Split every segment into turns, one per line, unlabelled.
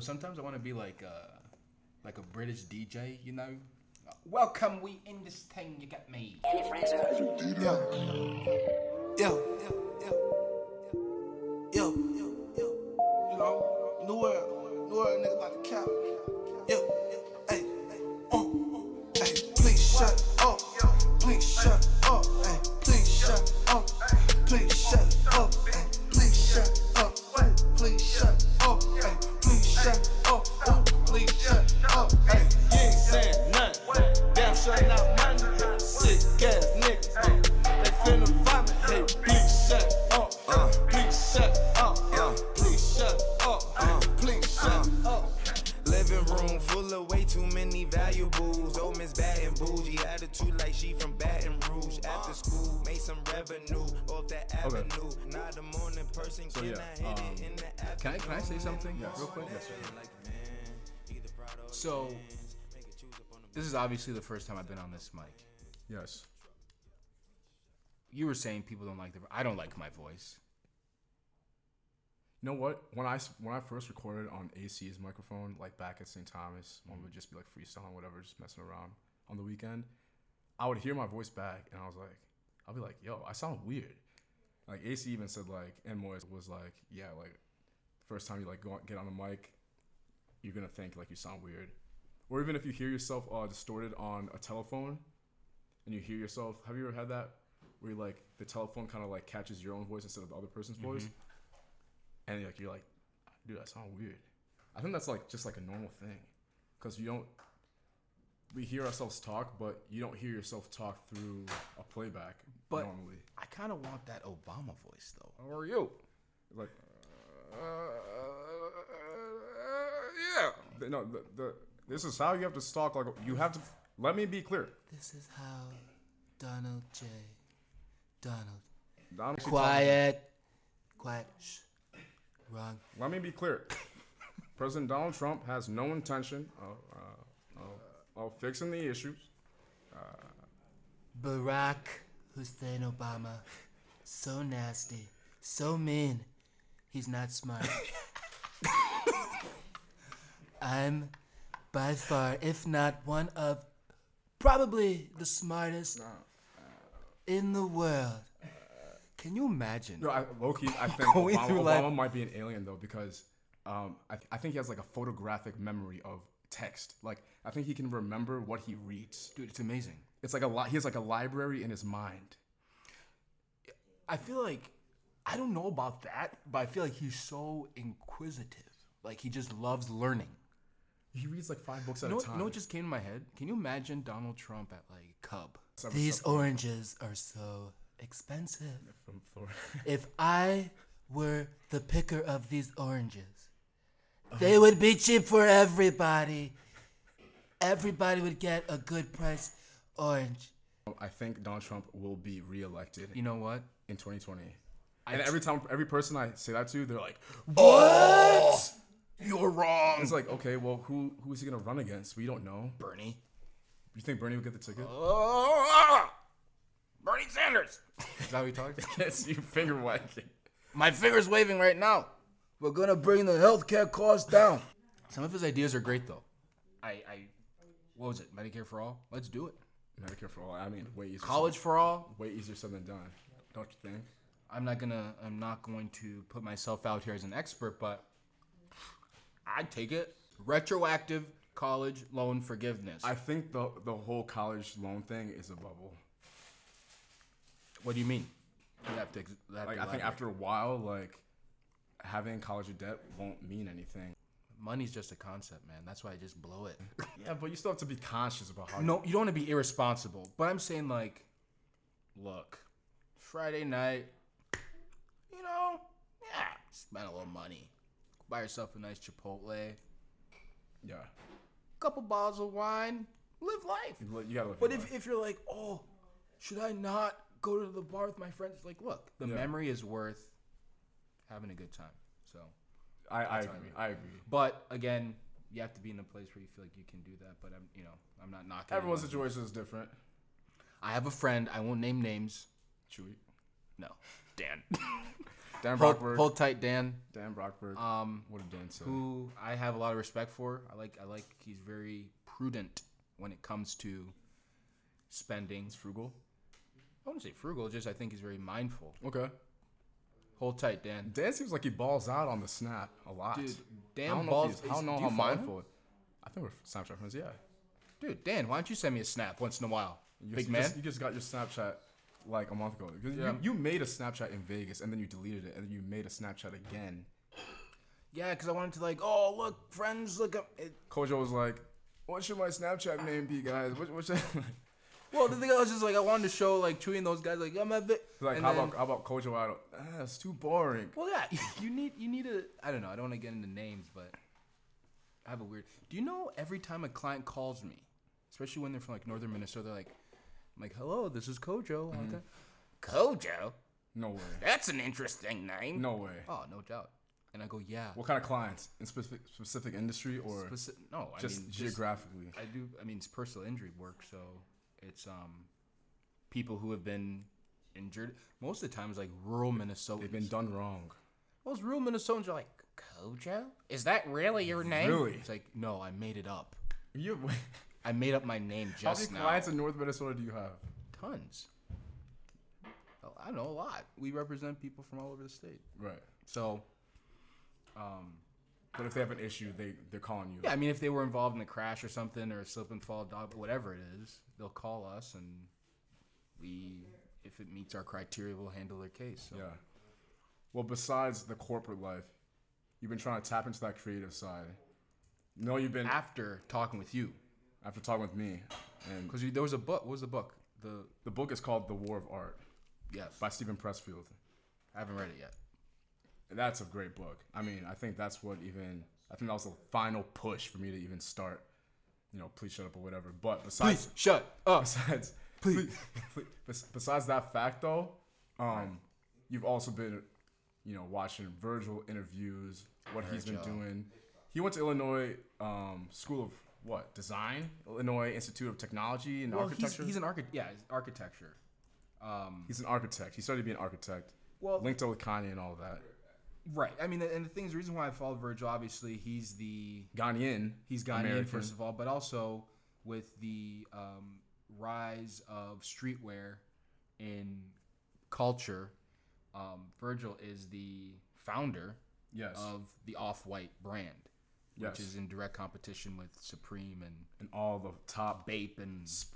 sometimes I want to be like uh, like a British DJ, you know. Welcome, we in this thing. You get me.
Yo, yo, yo, yo, yo. You know, new world, new world, nigga about to cap. Yo, hey, uh, hey, please shut up, please shut up, hey, please shut up, please shut up, hey, please shut up, ooh, please shut up, hey, please shut up, ooh, please shut up, hey. You ain't saying nothing, damn sure not nothing. Sick ass niggas, they finna vomit, hey, please shut up, please shut up, please shut up, please shut up.
Living room full of way too many valuables. Old Miss Baton Bougie attitude like she from Baton Rouge. After school, made some revenue off that
Okay.
avenue. Not a morning person,
So
can
yeah,
I hit it
um,
in the afternoon?
Can I can I say something real quick? So this is obviously the first time I've been on this mic.
Yes.
You were saying people don't like the. I don't like my voice.
You know what? When I s- when I first recorded on AC's microphone, like back at St. Thomas, when we would just be like freestyling, whatever, just messing around on the weekend, I would hear my voice back, and I was like, I'll be like, yo, I sound weird. Like AC even said, like and Moyes was like, yeah, like first time you like go on, get on the mic, you're gonna think like you sound weird, or even if you hear yourself uh, distorted on a telephone, and you hear yourself. Have you ever had that where you like the telephone kind of like catches your own voice instead of the other person's voice? and like you're like, dude, that sound weird. I think that's like just like a normal thing, because you don't. We hear ourselves talk, but you don't hear yourself talk through a playback
But-
normally.
I kind of want that Obama voice though.
How are you? Like, uh, yeah. The- No, the, the this is how you have to talk. Like you have to. Let me be clear.
This is how Donald J. Donald.
I'm actually
Quiet. Quiet. Shh. Wrong.
talking- Let me be clear. President Donald Trump has no intention of, uh, of, of fixing the issues.
Barack Hussein Obama. So nasty. So mean. He's not smart. I'm by far, if not one of, probably the smartest in the world.
Can you imagine?
No, I, low key, I think
Going
Obama,
through
Obama
life-
might be an alien though because um, I, I think he has like a photographic memory of text. Like I think he can remember what he reads.
Dude, it's amazing.
It's like a li- he has like a library in his mind.
I feel like I don't know about that, but I feel like he's so inquisitive. Like he just loves learning.
He reads like five books at
No,
a time.
no, it just came to my head. Can you imagine Donald Trump at like Cub?
Some
These
stuff
oranges are so expensive.
from Florida.
If I were the picker of these oranges,
Oh.
they would be cheap for everybody. Everybody would get a good price orange.
I think Donald Trump will be reelected
You know what?
in 2020. and every time, every person I say that to, they're like,
You're wrong,
"It's like, okay, well, who who is he gonna run against? We don't know."
Bernie.
You think Bernie will get the ticket?
Oh. ah! Bernie Sanders. Is that what you talking?
yes, you finger wagging.
my finger's waving right now. We're gonna bring the healthcare costs down. Some of his ideas are great though. I, I, what was it? Medicare for all. Let's do it.
Medicare for all. I mean, way easier. said-
College for all.
way easier said than done, don't you think?
I'm not gonna I'm not going to put myself out here as an expert, but I'd take it. Retroactive college loan forgiveness.
I think the the whole college loan thing is a bubble.
what do you mean? You have to, ex- you have
Like
to
I think
elaborate.
after a while, like having college debt won't mean anything.
money's just a concept, man. That's why I just blow it.
Yeah, but you still have to be conscious about how.
no, you don't want to be irresponsible, but I'm saying like, look, Friday night, you know, yeah, spend a little money, buy yourself a nice Chipotle,
Yeah,
couple bottles of wine, live life.
you, li- you gotta. Live
But
your
if,
life.
if you're like, oh, should I not go to the bar with my friends? Like, look, the
Yeah.
memory is worth having a good time. So,
I, I agree, I agree.
but again, you have to be in a place where you feel like you can do that. But I'm, you know, I'm not knocking.
Everyone's
anyone.
situation is different.
I have a friend. I won't name names.
Chewy.
No, Dan.
Dan
hold,
Brockberg.
hold tight, Dan.
Dan Brockberg.
Um,
what did Dan say?
who I have a lot of respect for. I like I like he's very prudent when it comes to spending.
Frugal.
I wouldn't say frugal, just I think he's very mindful.
Okay.
Hold tight, Dan.
Dan seems like he balls out on the snap a lot.
Dude, Dan
I don't know
balls-
If he's, I don't
is-
know
do
how
you follow him?
mindful. I think we're Snapchat friends. Yeah.
Dude, Dan, why don't you send me a snap once in a while?
You
Big
just,
man.
You just, you just got your Snapchat like a month ago. 'Cause
Yeah.
You, you made a Snapchat in Vegas and then you deleted it and then you made a Snapchat again.
yeah, because I wanted to like, oh look, friends, look up. It,
Kojo was like, "What should my Snapchat name be, guys? What, what should?"
well, the thing I was just like, I wanted to show like Chewy and those guys like, I'm a bit.
like,
and
how
then-
about how about Kojo Idol? Ah, it's too boring.
Well, yeah, you need you need a. I don't know. I don't want to get into names, but I have a weird. Do you know every time a client calls me, especially when they're from like northern Minnesota, they're like, I'm like, hello, this is Kojo. I'm like, Mm-hmm. Kojo,
No way.
that's an interesting name.
No way.
Oh, no doubt. And I go, yeah.
What kind of clients in specific specific industry or
Speci- no, I
just
mean,
geographically?
I do. I mean, it's personal injury work, so it's um people who have been injured. Most of the time, it's like rural Minnesota.
They've been done wrong.
Those real Minnesotans are like, Kojo? Is that really your name?
Really?
It's like, no, I made it up.
You
I made up my name
how many
just now.
clients in North Minnesota do you have?
Tons. Oh, I know a lot. We represent people from all over the state.
Right.
So,
But if they have an issue, they they're calling you.
yeah, I mean, if they were involved in a crash or something or a slip and fall, dog, whatever it is, they'll call us and we, if it meets our criteria, we'll handle their case. So.
Yeah. Well, besides the corporate life, you've been trying to tap into that creative side. No, you've been
After talking with you,
after talking with me, and
because there was a book. What was the book? The
the book is called The War of Art
yes,
by Stephen Pressfield.
I haven't read it yet.
That's a great book. I mean, I think that's what even I think that was the final push for me to even start. You know, please shut up or whatever. But besides,
Please shut up.
besides, please, bes- besides that fact though, um, you've also been, you know, watching Virgil interviews, what he's been
Virgil.
doing. He went to Illinois um, School of what Design, Illinois Institute of Technology and
Well, he's,
Architecture.
he's an architect. Yeah, he's architecture.
He's an architect. He started to be an architect.
Well-
linked up with Kanye and all that.
Right. I mean, and the things, the reason why I follow Virgil, obviously, he's the
Ghanaian.
he's Ghanaian
American.
first of all, but also with the um, rise of streetwear in culture, um, Virgil is the founder
Yes.
of the Off-White brand,
Yes.
which is in direct competition with Supreme and
and all the top
Bape and
s-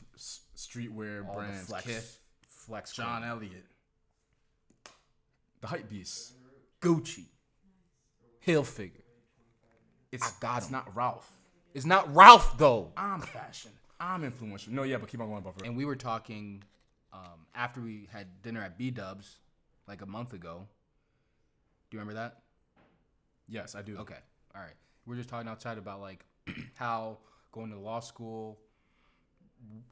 streetwear
all
brands.
the Flex,
Kith,
Flex,
John
Clothing.
Elliott, the hype beast.
Gucci, Hilfiger.
It's,
got
it's
him.
not Ralph.
It's not Ralph though.
I'm fashion. I'm influential. No, yeah, but keep on going, Buffer.
and we were talking um, after we had dinner at B Dubs like a month ago. Do you remember that?
yes, I do.
Okay, all right. We were just talking outside about like how going to law school,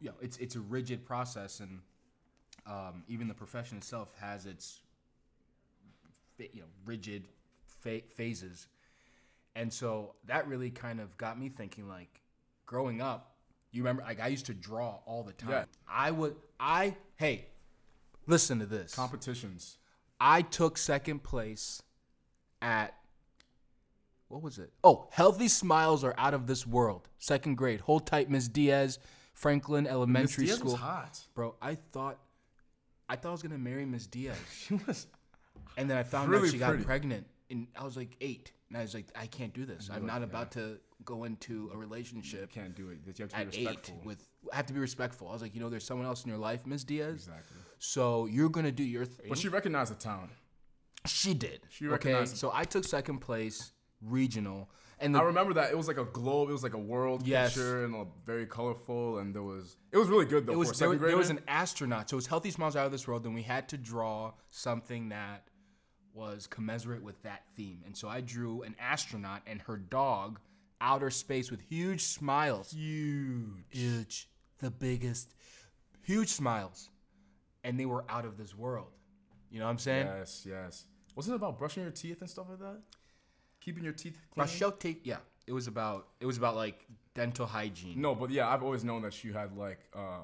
you know, it's it's a rigid process, and um, even the profession itself has its fa- you know rigid fa- phases, and so that really kind of got me thinking like growing up. You remember, like I used to draw all the time.
Yeah.
I would, I hey, listen to this.
Competitions.
I took second place at what was it? Oh, healthy smiles are out of this world. Second grade. Hold tight, Miss Diaz, Franklin
Miss
Elementary
Diaz
School.
was hot.
Bro, I thought I thought I was gonna marry Miss Diaz.
She was.
And then I found
Really
out she
pretty.
got pregnant and I was like eight. And I was like, I can't do this. I'm not about to go into a relationship
Can't do it. That You have to
at
be
eight
respectful.
with I have to be respectful. I was like, you know, there's someone else in your life, Miss Diaz.
Exactly.
So you're gonna do your thing.
But she recognized the talent.
She did.
She
okay,
recognized-
so I took second place regional, and the,
I remember that it was like a globe. It was like a world
Yes.
picture and a very colorful. And there was. It was really good though.
it
for
was
a
there,
second
there was
grader.
an astronaut. So it was healthy smiles out of this world. Then we had to draw something that was commensurate with that theme, and so I drew an astronaut and her dog, outer space with huge smiles,
huge.
Huge. The biggest.
huge smiles, and they were out of this world. You know what I'm saying?
Yes, yes. Wasn't it about brushing your teeth and stuff like that? Keeping your teeth clean.
Now, she'll take. Yeah, it was about it was about like dental hygiene.
No, but yeah, I've always known that you had like uh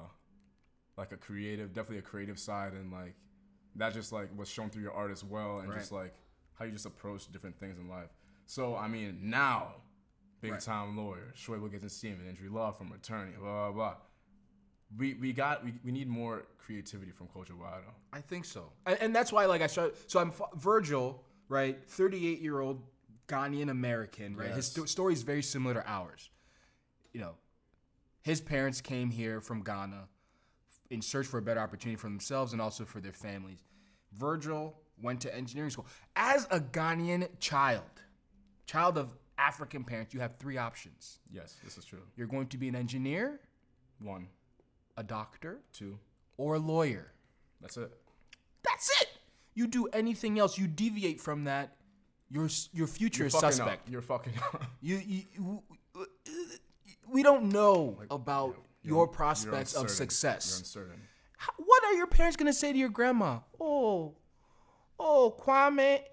like a creative, definitely a creative side and like that just like was shown through your art as well, and just
Right.
like how you just approach different things in life. So I mean, now big
Right.
time lawyer, Schwebel gets in steam and injury law from attorney, blah blah blah. We we got we, we need more creativity from Culture Wado.
I think so, and, and that's why like I started. So I'm fo- Virgil, right? Thirty-eight year old Ghanaian American, right? His
Yes.
sto- story is very similar to ours. You know, his parents came here from Ghana in search for a better opportunity for themselves and also for their families. Virgil went to engineering school as a Ghanaian child, child of African parents. You have three options.
Yes, this is true.
You're going to be an engineer,
One,
a doctor,
two,
or a lawyer.
that's it.
That's it. You do anything else, you deviate from that, your s- your future is
fucking up.
suspect.
You're fucking up.
You, you, you- we don't know about your
You're
prospects of
uncertain. You're
success.
uncertain.
How- what are your parents gonna say to your grandma? Oh, oh, Kwame,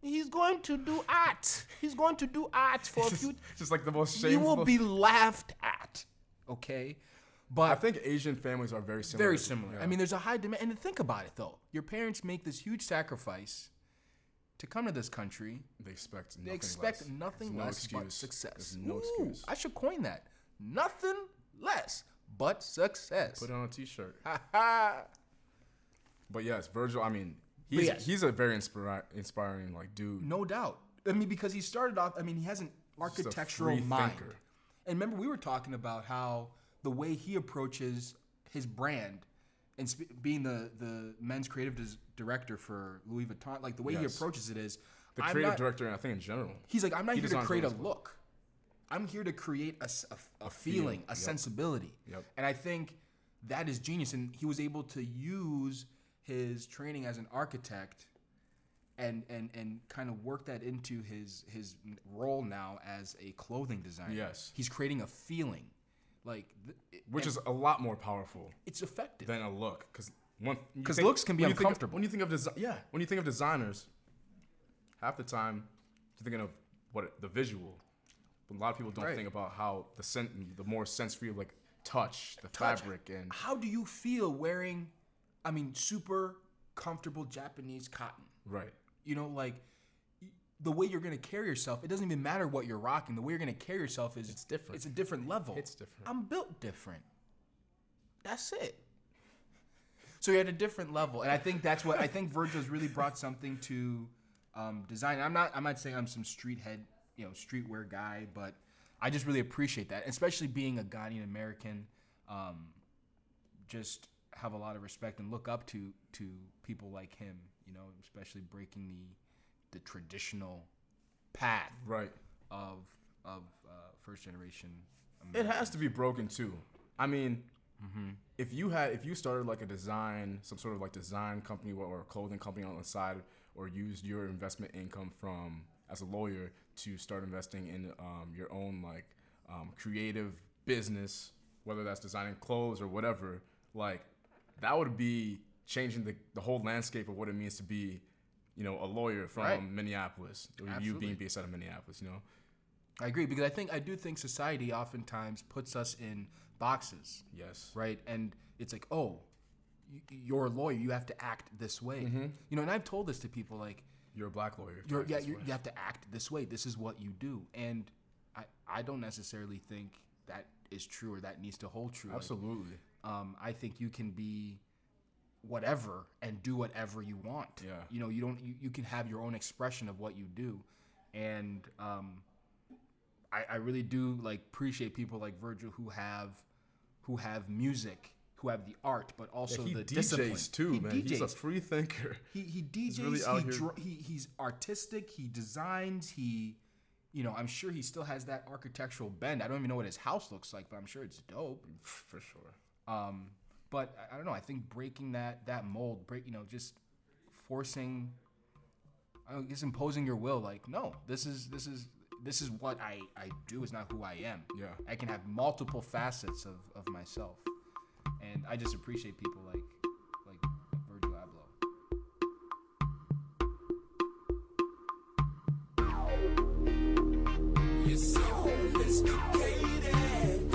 he's going to do art. He's going to do art for a
It's
few.
just like the most
You
shameful.
will be laughed at. Okay, but
I think Asian families are very similar.
very similar.
Yeah.
I mean, there's a high demand. And think about it though, your parents make this huge sacrifice to come to this country.
they expect nothing
They expect
less.
nothing
There's no
less but
excuse.
success.
There's no
Ooh,
excuse.
I should coin that. Nothing less but success.
Put it on a t-shirt.
Ah.
But yes, Virgil. I mean, he's
yes.
he's a very inspira- inspiring like dude.
No doubt. I mean, because he started off. I mean, he has an
a
architectural
free
mind.
thinker.
And remember, we were talking about how the way he approaches his brand and sp- being the the men's creative dis- director for Louis Vuitton, like the way he
Yes.
approaches it is
the
I'm
creative
not-
director, and I think in general,
He's like, I'm not
He
here to
designs
create a
all his clothes.
look. I'm here to create a, s- a f- a
feel,
feeling, a
yep.
sensibility.
Yep.
And I think that is genius. And he was able to use his training as an architect and and and kind of work that into his his role now as a clothing designer.
Yes.
He's creating a feeling. Like th- it-
which is a lot more powerful
it's effective.
than a look, because one
'Cause looks can be
when you think of-
uncomfortable.
when you think of desi- yeah, when you think of designers, half the time you're thinking of what it- the visual. But a lot of people don't
Right.
think about how the sen- the more sensory like touch, the fabric, and
How do you feel wearing I mean super comfortable Japanese cotton?
right.
you know like y- the way you're gonna carry yourself it doesn't even matter what you're rocking the way you're gonna carry yourself is it's
different.
it's a different level
It's different.
i'm built different that's it so you're at a different level and i think that's what i think virgil's really brought something to um, design i'm not i'm not saying i'm some street head you know streetwear guy but i just really appreciate that especially being a ghanaian american um, just have a lot of respect and look up to to people like him, you know, especially breaking the the traditional path
Right.
of of uh, first generation. Amer-
It has to be broken too. I mean,
Mm-hmm.
if you had if you started like a design, some sort of like design company or- or a clothing company on the side, or used your investment income from as a lawyer to start investing in um, your own like um, creative business, whether that's designing clothes or whatever, like that would be changing the, the whole landscape of what it means to be, you know, a lawyer from
Right.
Minneapolis, or you
Absolutely.
being based out of Minneapolis, you know.
I agree because I think I do think society oftentimes puts us in boxes,
Yes.
right? And it's like, oh, y- you're a lawyer, you have to act this way, you know. And I've told this to people like,
You're a black lawyer.
you're,
Like,
yeah,
that's
you're,
what-
you have to act this way. This is what you do, and I, I don't necessarily think that is true or that needs to hold true. Like,
Absolutely.
um, I think you can be whatever and do whatever you want.
Yeah.
You know, you don't. You, you can have your own expression of what you do, and um, I, I really do like appreciate people like Virgil who have who have music, who have the art, but also
he
the
DJs
discipline.
too,
He
man. He's a
DJs.
free thinker.
He he DJs.
really out
he,
here.
dra- he he's artistic. He designs. He, you know, I'm sure he still has that architectural bend. I don't even know what his house looks like, but I'm sure it's dope.
For sure.
Um, but I- I don't know. I think breaking that that mold, break you know, just forcing, I don't, just imposing your will. Like, no, this is this is this is what I I do. Is not who I am.
Yeah.
I can have multiple facets of of myself, and I just appreciate people like like Virgil Abloh.
You're so sophisticated.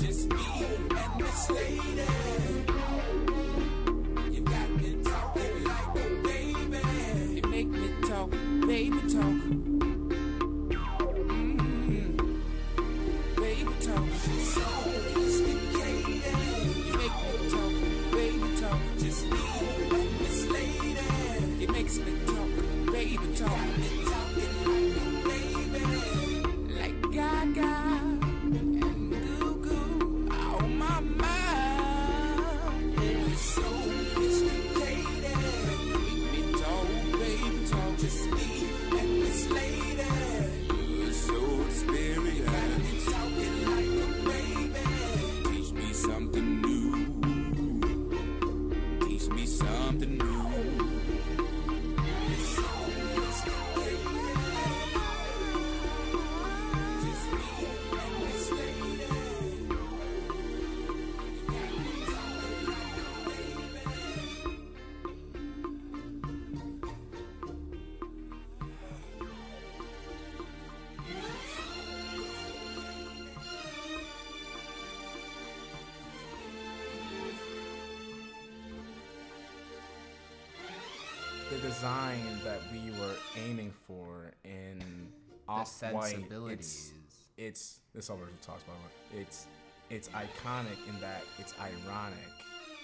Just me and this lady. You
the design that we were aiming for in
The
off white. It's
sensibilities.
it's this all version talks about it. It's it's iconic in that it's ironic.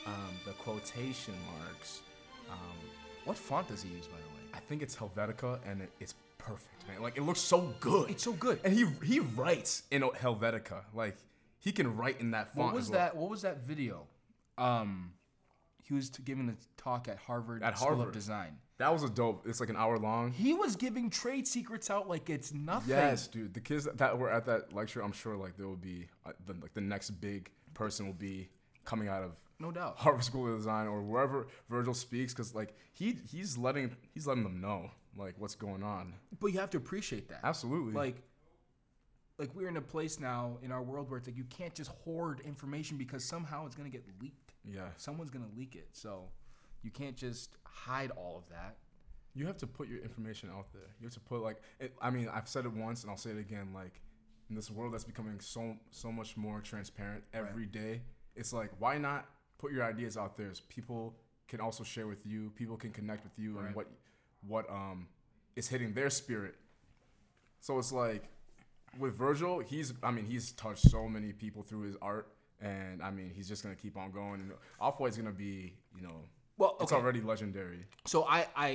Um, the quotation marks. Um,
What font does he use, by the way?
I think it's Helvetica, and it, it's perfect, man. Like it looks so good.
It's so good.
and he he writes in Helvetica. Like he can write in that font.
What was
as well.
that? What was that video? Um, he was t- giving a talk at Harvard
At
School
Harvard.
of Design.
That was a dope. It's like an hour long.
He was giving trade secrets out like it's nothing.
Yes, dude. The kids that were at that lecture, I'm sure like there will be uh, the, like the next big person will be coming out of
No doubt.
Harvard School of Design or wherever Virgil speaks, because like he he's letting he's letting them know like what's going on.
But you have to appreciate that.
Absolutely.
Like, like we're in a place now in our world where it's like you can't just hoard information because somehow it's gonna get leaked.
yeah,
Someone's gonna leak it, so you can't just hide all of that.
you have to put your information out there. You have to put like it, I mean I've said it once and I'll say it again. Like in this world that's becoming so so much more transparent every day, it's like why not put your ideas out there? So people can also share with you. People can connect with you and what what um is hitting their spirit. So it's like with Virgil, he's I mean he's touched so many people through his art. And I mean, he's just gonna keep on going. And Off White's gonna be, you know,
Well,
it's already legendary.
So I, I,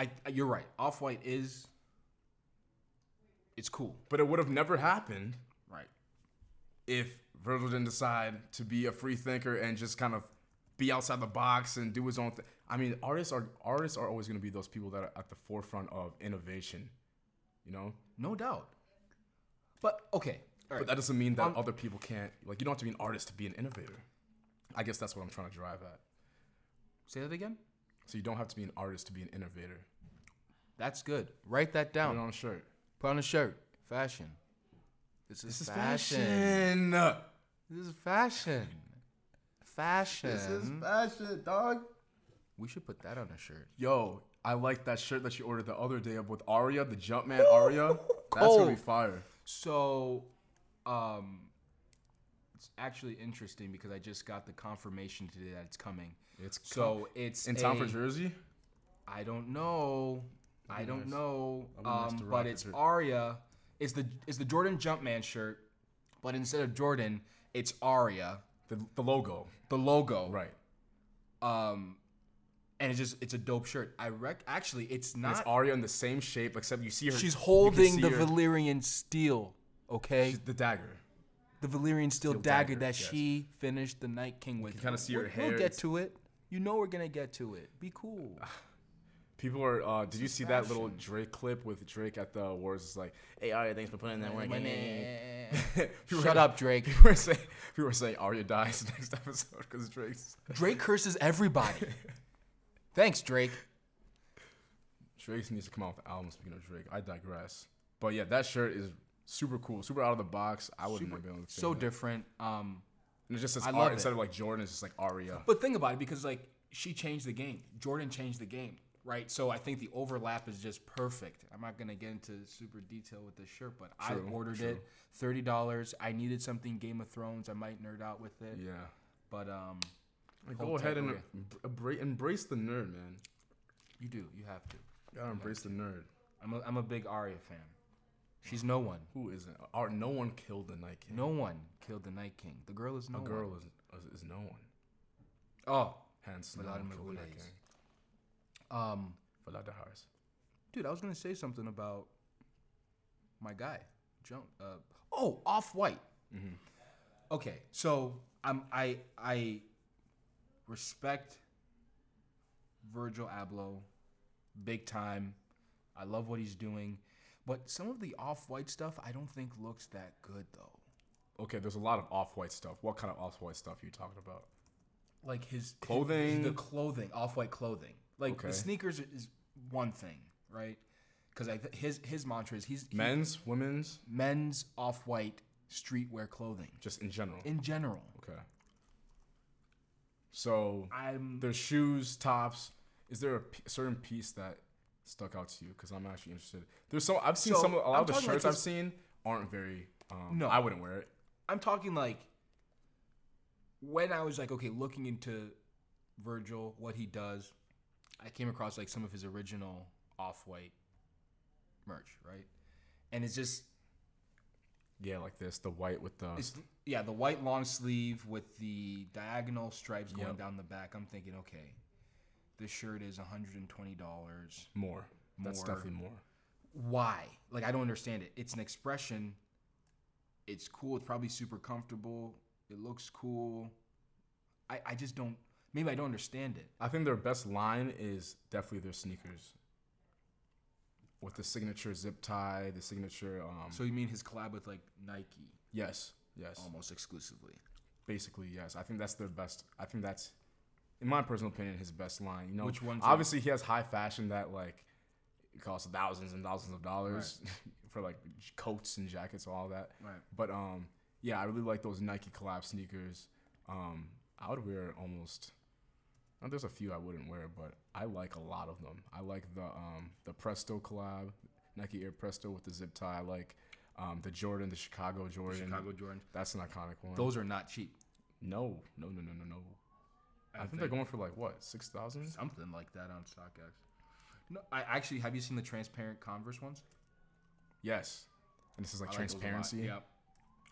I, you're right. Off white is, it's cool,
But it would have never happened
right?
if Virgil didn't decide to be a free thinker and just kind of be outside the box and do his own thing. I mean, artists are artists are always going to be those people that are at the forefront of innovation, you know.
No doubt. But okay, all
But
right.
that doesn't mean that
Um,
other people can't. Like, you don't have to be an artist to be an innovator. I guess that's what I'm trying to drive at.
say that again.
So you don't have to be an artist to be an innovator.
That's good. Write that down.
Put it on a shirt.
Put on a shirt. Fashion. This is,
This is
fashion.
fashion.
This is fashion. Fashion.
fashion, dog.
we should put that on a shirt.
Yo, I like that shirt that you ordered the other day up with Aria, the Jumpman Aria. That's gonna be
Oh.
Cold.
fire.
So, um, it's actually interesting because I just got the confirmation today that it's coming.
It's
so it's
In time for
a-
Jersey?
I don't know. I don't
nice.
know.
be nice
um,
to rock
but
a
it's
jer-
Aria. It's the it's the Jordan Jumpman shirt, but instead of Jordan, it's Aria,
The, the logo.
the logo.
Right.
Um, and it's just it's a dope shirt. I rec. Actually, it's
And
not.
it's Aria in the same shape, except you see her.
She's
you can
holding
see
the
her-
Valyrian steel, okay?
she's the dagger.
the Valyrian steel, dagger,
dagger,
that
yes.
she finished the Night King with.
You kinda see her
We'll-
hair,
We'll get
it's-
to it. You know we're gonna get to it. Be cool.
People are. Uh, did you see that little Drake clip with Drake at the awards? It's like, hey, Aria, thanks for putting in that work. People
Shut
were-
up, Drake.
People were saying, people were saying Aria dies next episode because Drake's
Drake curses everybody. Thanks, Drake.
Drake needs to come out with an album. Speaking of Drake, I digress. But yeah, that shirt is super cool, super out of the box. I wouldn't have been able to.
so
think of that.
different. Um,
And it just says
I love
Aria
it.
instead of like Jordan, it's just like Aria.
but think about it because like she changed the game. Jordan changed the game, right? So I think the overlap is just perfect. I'm not gonna get into super detail with this shirt, but
True,
I ordered
true.
it. Thirty dollars. I needed something Game of Thrones. I might nerd out with it,
Yeah.
but um,
Like,
Hold
go
tight,
ahead and
Aria.
embrace, embrace the nerd, man.
you do. You have to.
You gotta embrace the nerd.
I'm a, I'm a big Arya fan. She's no one.
Who isn't? Are no one killed the Night King?
No one killed the Night King. The girl is no
a girl
one.
is, is, is no one.
Oh,
Hence, no one
Vladimir
killed the Night
Gules.
King.
um,
Vlad Harris.
dude, I was gonna say something about my guy, Joan. Uh, oh, Off White.
Mm-hmm.
Okay, so I'm I I respect Virgil Abloh big time. I love what he's doing, but some of the Off White stuff I don't think looks that good though.
Okay, there's a lot of off-white stuff. What kind of off-white stuff are you talking about?
like his
Clothing?
the clothing, off white clothing. Like
Okay.
the sneakers is one thing, right? Because I th- his his mantra is he's he-
Men's, women's,
men's off white streetwear clothing
just in general.
in general.
okay. So
I'm
there's shoes, tops. Is there a p- certain piece that stuck out to you? Because I'm actually interested. There's some I've seen
So,
some a lot
I'm
of the
talking like
shirts I've
this-
seen aren't very. Um,
No.
I wouldn't wear it.
I'm talking like when I was like okay, looking into Virgil, what he does, I came across like some of his original off white merch, right? And it's just
Yeah, like this, the white with the.
It's, yeah, the white long sleeve with the diagonal stripes going
Yep.
down the back. I'm thinking, okay, this shirt is $120.
more. That's
More.
definitely more.
Why? Like, I don't understand it. It's an expression. It's cool. It's probably super comfortable. It looks cool. I, I just don't, maybe I don't understand it.
I think their best line is definitely their sneakers. With the signature zip tie, the signature. Um,
So Oh you mean his collab with like Nike
yes, yes.
almost exclusively?
Basically, yes. I think that's their best. I think that's, in my personal opinion, his best line. You know,
Which one's
Obviously, he has high fashion that like it costs thousands and thousands of dollars for like j- coats and jackets and all that.
Right.
But um, yeah, I really like those Nike collab sneakers. Um, I would wear almost. uh, There's a few I wouldn't wear, but I like a lot of them. I like the um, the Presto collab, Nike Air Presto with the zip tie. I like um, the Jordan, the Chicago Jordan.
Chicago Jordan.
That's an iconic one.
Those are not cheap.
No, no, no, no, no, no. I, think,
think-
they're going for like what six thousand.
Something like that on StockX. No, I actually, have you seen the transparent Converse ones?
Yes, and this is like
I like those a lot.
transparency.
Yep.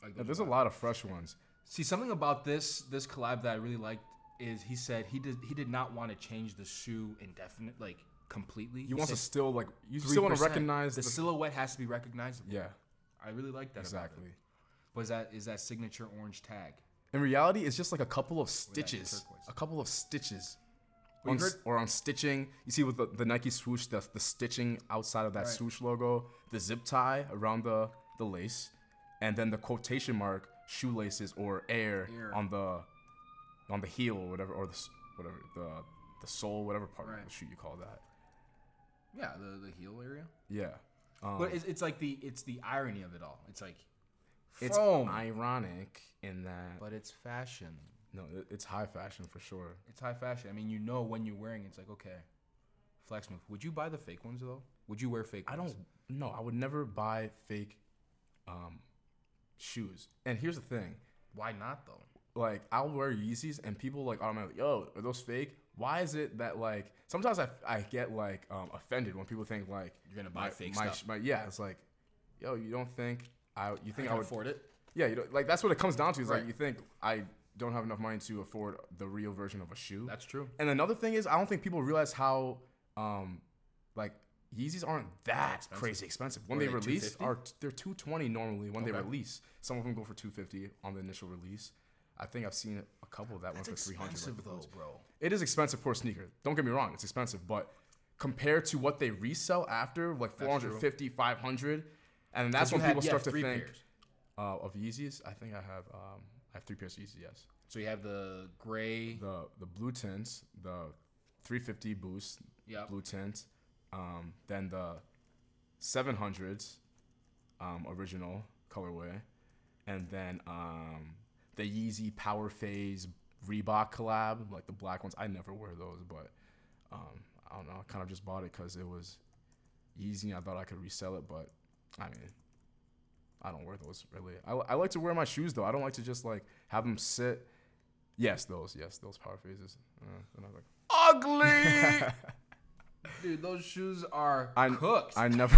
I like
Yeah,
those
there's a lot of fresh ones.
See, something about this this collab that I really liked is he said he did he did not want to change the shoe indefinite like completely.
You want to still like you still want to recognize
the,
the,
silhouette has to be recognizable.
yeah
I really like that. about it.
exactly.
Was that is that signature orange tag?
In reality, it's just like a couple of stitches,
turquoise.
a couple of stitches,
Well,
on,
you
s-
heard-
or on stitching. You see with the, the Nike swoosh, the the stitching outside of that
Right.
swoosh logo, the zip tie around the the lace, and then the quotation mark shoelaces or air,
Air.
on the on the heel or whatever or the s- whatever the the sole whatever part of
Right.
the shoe you call that.
Yeah, the the heel area.
Yeah. Um,
but it's, it's like the it's the irony of it all. It's like
it's
foam,
ironic in that
but it's fashion.
no, it- it's high fashion for sure.
It's high fashion. I mean, you know when you're wearing it, it's like okay, flex move. Would you buy the fake ones though? Would you wear fake?
I
ones?
don't no, I would never buy fake um shoes. And here's the thing.
Why not though?
Like I'll wear Yeezys and people like automatically, yo, are those fake? Why is it that like sometimes I, I get like um, offended when people think like
You're gonna buy
my-
fake
my,
stuff.
sh- My, yeah, it's like, yo, you don't think I you think I, would
it?
Yeah, you know, like that's what it comes down to. Is
Right.
like you think I don't have enough money to afford the real version of a shoe.
That's true.
And another thing is, I don't think people realize how, um, like Yeezys aren't that crazy expensive. When
What
they
are they,
release,
250?
are they're two twenty normally when they
Okay.
release. Some of them go for two fifty on the initial release. I think I've seen a couple of that one for three hundred.
bro.
It is expensive for a sneaker. Don't get me wrong, it's expensive, but compared to what they resell after, like 450, 500, and that's when people start to think uh, of Yeezys. I think I have um, I have three pairs of Yeezys. Yes,
So you have the gray.
the the blue tints, the 350 boost,
Yep.
blue tint, um, then the 700s um, original colorway, and then um, the Yeezy Power Phase Reebok collab, like the black ones. I never wear those, but um, I don't know. I kind of just bought it because it was Yeezy. and I thought I could resell it, but I mean, I don't wear those really. I, I like to wear my shoes though. I don't like to just like have them sit. Yes, those. Yes, those power phases. Uh, and I was like,
Ugly. Dude, those shoes are
I-
cooked.
I never.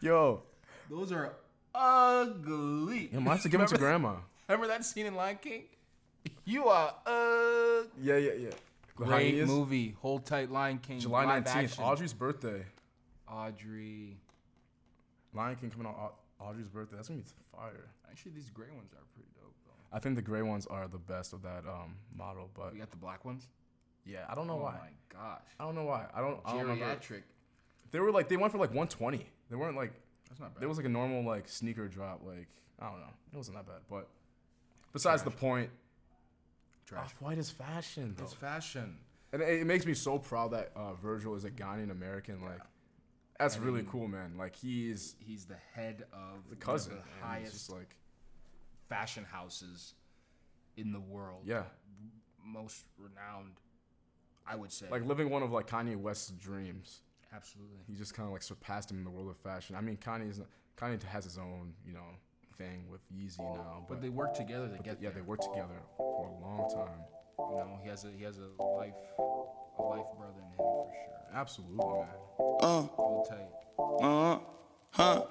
Yo,
Those are ugly.
Yeah, mine's to give it to grandma.
Remember that scene in Lion King? You are ugly.
yeah, yeah, yeah.
The
Great
hyenas.
movie. Hold tight, Lion King.
July
live
19th,
action.
Audrey's birthday.
Audrey.
Lion King coming out Au- Audrey's birthday. That's gonna be fire.
Actually, these gray ones are pretty dope. Though.
I think the gray ones are the best of that um model, but
We got the black ones.
yeah, I don't know
Oh
why.
my gosh.
I don't know why. I don't. I don't remember.
Geriatric.
They were like they went for like 120. They weren't like
That's not bad.
there was like a normal like sneaker drop. Like I don't know. It wasn't that bad, but besides the point,
Trash.
off white is Oh, fashion. Though.
It's fashion.
And it, it makes me so proud that uh, Virgil is a Ghanaian American. Like that's really cool, man. Like he's
He's the head of
the cousin.
one of
and
the
It's
highest
just like
fashion houses in the world.
yeah,
Most renowned, I would say.
like living one of like Kanye West's dreams.
Absolutely.
he just kind of like surpassed him in the world of fashion. I mean, Kanye's Kanye has his own you know thing with Yeezy now, but,
But they work together to get
yeah,
there.
they worked together for a long time.
You know, he has a he has a life a life brother in him for sure.
Absolutely, man.
Uh,
Hold tight.
uh, huh.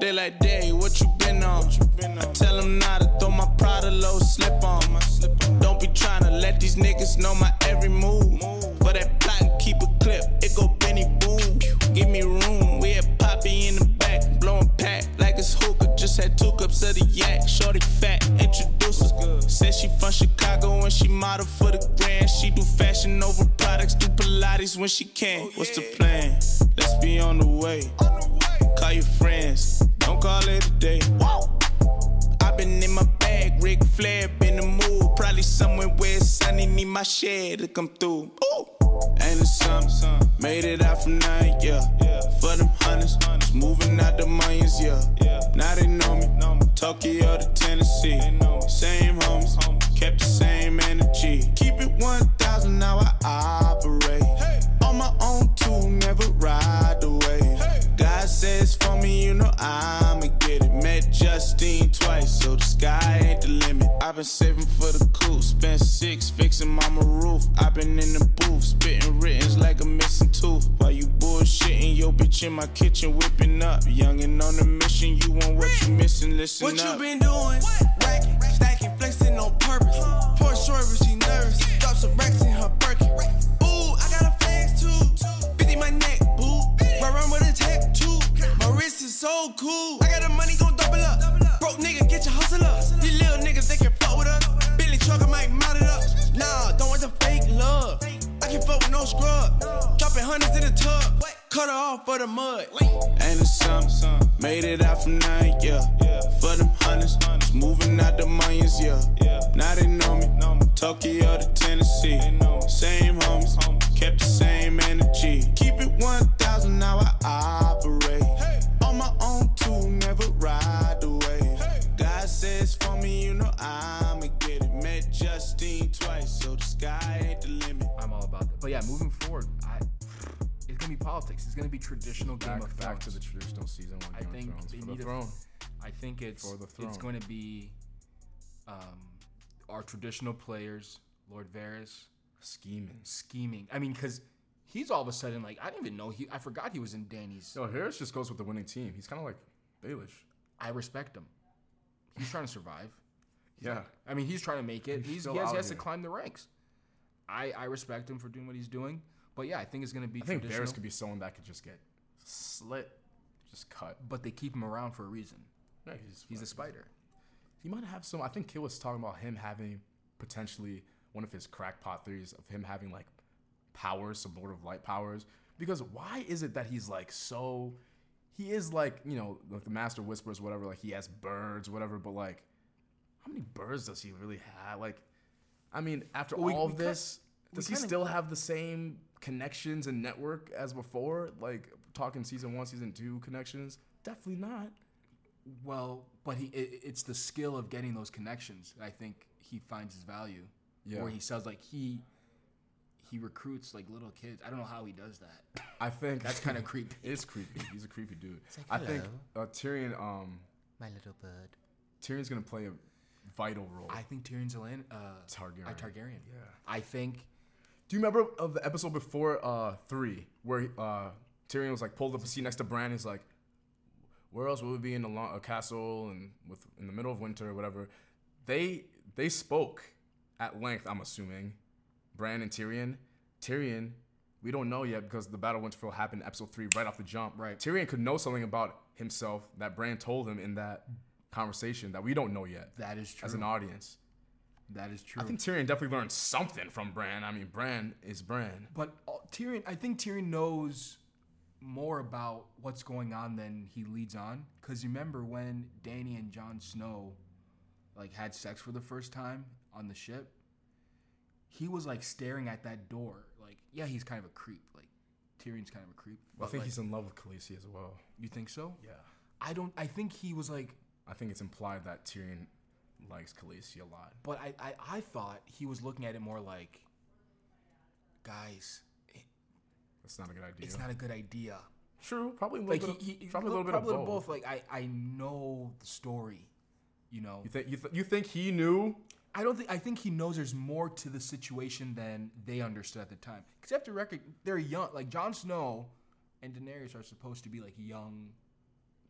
They like, Dave, what you been on? I tell them now to throw my Prada low slip on. My slip on. Don't be trying to let these niggas know my every move. For that plot and keep a clip, it go Benny Boom. Give me room, we had Poppy in the back, blowing pack like it's hookah. Just had two cups of the yak, shorty fat, introduce us. Said she from Chicago and she model for the grand. She do fashion over products, do Pilates when she can. What's the plan? Let's be Oh, on the way. Call your friends, don't call it a day. I've been in my bag, Rick Flair, been in the mood. Probably somewhere where it's sunny, need my share to come through. Ooh. Ain't it something? Made it out from nine, yeah. For them hunters, just moving out the millions, yeah. Now they know me. Tokyo to Tennessee. Same homies, kept the same energy. Keep it 1,000, now I operate. On my own, too, never ride away. God says for me, you know I'ma get it. Met Justine twice, so the sky ain't the limit. I've been saving for the coup, spent six fixing mama roof. I've been in the booth, spitting writtens like a missing tooth. While you bullshitting, yo bitch in my kitchen whipping up. Youngin' on a mission, you want what you missing, listen
What
up.
you been doing? Racking, stacking, flexing on purpose. Poor short, but she nervous. Drop some racks in her Birkin. Ooh, I got a flash too. 50 my neck, boo. Right run with a tattoo. My wrist is so cool. I got the money gon' double up. Broke nigga, get your hustle up. These little niggas, they can fuck with us. Billy truck, I might mount it up. Nah, don't want the fake love. I can fuck with no scrub. Dropping hundreds in the tub. Cut her off for the mud.
Ain't it something? Made it out from nine, yeah. For them hunters, just moving out the millions, yeah. Now they know me. Tokyo to Tennessee. Same homies, kept the same energy. Keep it 1,000, now I operate. On my own, too, never ride away. God says for me, you know I'ma get it. Met Justine twice, so the sky ain't the limit.
I'm all about that. But yeah, moving forward, I it's gonna be politics. It's gonna be traditional Game
Back,
of
back to
Thrones.
the traditional season one.
I
Game of
think
Thrones
they
for the
need a-
throne.
I think it's
For the
it's
throne.
going to be um, our traditional players, Lord Varys,
Scheming.
scheming. I mean, because he's all of a sudden like I didn't even know he. I forgot he was in Danny's.
Yo, Harris just goes with the winning team. He's kind of like Baelish.
I respect him. He's trying to survive.
Yeah.
I mean, he's trying to make it. He's,
still
he has, he
out
has to
here.
climb the ranks. I, I respect him for doing what he's doing. But yeah, I think it's going to be
I think
traditional.
Varys could be someone that could just get slit, just cut.
but they keep him around for a reason.
No, he's
He's a spider.
He might have some. I think Kid was talking about him having potentially one of his crackpot theories of him having like powers, some Lord of Light powers. Because why is it that he's like so? He is like you know like the Master Whispers, whatever. Like he has birds, whatever. But like, how many birds does he really have? Like, I mean, after
we-
all of
we kin-
this, does he
kinda-
still have the same connections and network as before? Like talking season one, season two connections? Definitely not.
Well, but he it, it's the skill of getting those connections. that I think he finds his value.
Yeah.
Where he sells like he he recruits like little kids. I don't know how he does that.
I think
That's kinda creepy.
It's creepy. He's a creepy dude.
like,
I think uh,
hello.
Tyrion. Um,
My little bird.
Tyrion's gonna play a vital role.
I think Tyrion's a land, uh,
Targaryen.
A Targaryen.
Yeah.
I think
Do you remember of the episode before uh three where uh Tyrion was like pulled up a seat next to Bran? He's like, where else would we be in a, lo- a castle and with in the middle of winter or whatever? They they spoke at length. I'm assuming, Bran and Tyrion. Tyrion, we don't know yet because the Battle of Winterfell happened in Episode Three right off the jump.
Right.
Tyrion could know something about himself that Bran told him in that conversation that we don't know yet.
That is
As an
true.
audience,
That is true.
I think Tyrion definitely learned something from Bran. I mean, Bran is Bran.
But uh, Tyrion, I think Tyrion knows more about what's going on than he leads on. Because remember when Danny and Jon Snow like had sex for the first time on the ship, he was like staring at that door. Like, yeah, he's kind of a creep. Like, Tyrion's kind of a creep.
I
But,
think
like,
he's in love with Khaleesi as well.
You think so?
Yeah.
I don't. I think he was like.
I think it's implied that Tyrion likes Khaleesi a lot.
But I, I, I thought he was looking at it more like, guys, it-
That's not a good idea.
it's not a good idea.
True. Probably a
like
little
he,
bit.
he,
of,
he-
probably a little bit
probably
of both.
Like I, I know the story, you know.
You think you, th- you think he knew?
I don't think I think he knows there's more to the situation than they understood at the time. Except to record, they're young. Like Jon Snow and Daenerys are supposed to be like young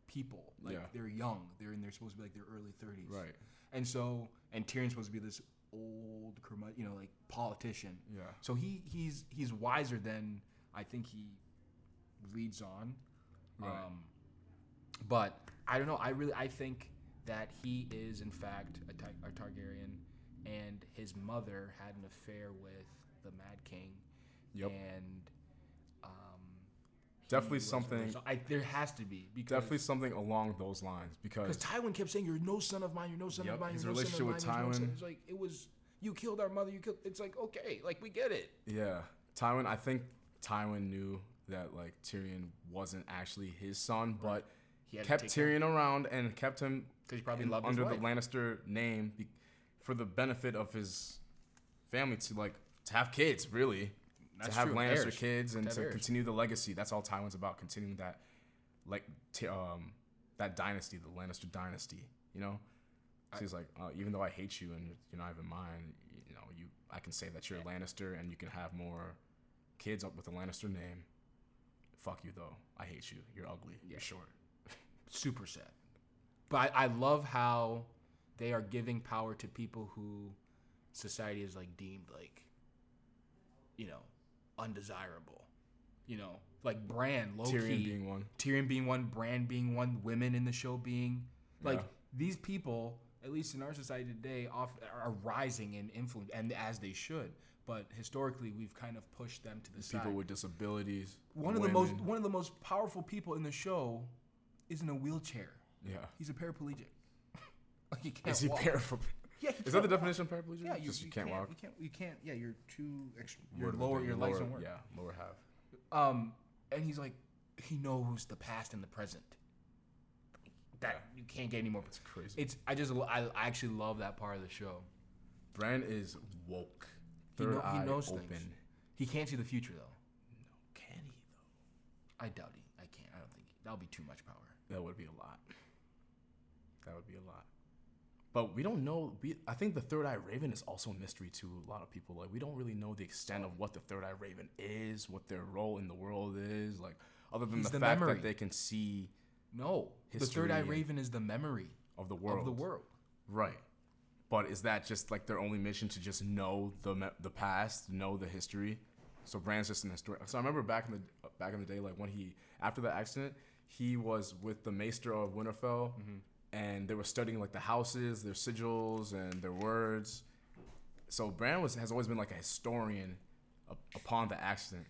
people. Like
Yeah.
they're young. They're in. They're supposed to be like their early thirties.
Right.
And so and Tyrion's supposed to be this old, curmud- you know, like politician.
Yeah.
So he he's he's wiser than I think he leads on.
Right.
Um, but I don't know. I really I think that he is in fact a, Tar- a Targaryen, and his mother had an affair with the Mad King.
Yep.
And um,
Definitely
he was a
something.
result- I, there has to be because
Definitely something along those lines because
because Tywin kept saying, "You're no son of mine. You're no son
Yep,
of mine."
his
you're no
relationship
son of
with
mine, you're no son-"
Tywin.
It's like it was. You killed our mother. You killed. It's like okay, like we get it.
yeah, Tywin. I think Tywin knew that like Tyrion wasn't actually his son, but
He had to
kept
take care
Tyrion around and kept him
'Cause he probably
in-
loved his
under the
wife.
Lannister name be- for the benefit of his family to like to have kids, really.
That's
to have
true,
Lannister
heirs.
kids and
have
to
heirs.
continue the legacy. That's all Tywin's about, continuing that like t- um that dynasty, the Lannister dynasty, you know? So he's like, uh, even though I hate you and you're not even mine, you know, you I can say that you're a Lannister and you can have more kids up with the Lannister name. Fuck you though. I hate you. You're ugly. You're short.
super sad. But I, I love how they are giving power to people who society is like deemed like, you know, undesirable. You know, like Bran, low
Tyrion
key,
being one.
Tyrion being one, Bran being one, women in the show being like
Yeah.
these people, at least in our society today, off are rising in influence, and as they should. But historically, we've kind of pushed them to the side
people with disabilities.
one of the most
women.
one of the most powerful people in the show is in a wheelchair.
Yeah.
He's a paraplegic. like he can't
Is he
walk.
paraplegic?
Yeah, he
Is that the
can't walk.
definition of paraplegic?
Yeah, you,
Just you, can't, walk.
You can't. You can't. Yeah, you're too. Extra,
Lower
your
than
lower.
the-
Your legs don't
lower-
work.
Yeah, lower half.
Um, and he's like, he knows the past and the present. That you can't get any more. It's
crazy.
It's. I just. lo- I, I actually love that part of the show.
Bran is woke.
He,
Third
know,
eye
he knows
open.
things. He can't see the future though.
Can he though?
I doubt he. I can't. I don't think that'll be too much power.
That would be a lot. That would be a lot. But we don't know. We I think the third eye raven is also a mystery to a lot of people. Like we don't really know the extent of what the third eye raven is, what their role in the world is. Like other than
He's
the,
the
fact
memory.
that they can see
No, the third
History
eye
and-
raven is the memory
of the world.
of the world.
Right. But is that just like their only mission to just know the me- the past, know the history? So Bran's just an historian. So I remember back in the back in the day, like when he after that accident, he was with the Maester of Winterfell,
Mm-hmm.
and they were studying like the houses, their sigils, and their words. So Bran was has always been like a historian up, upon the accident.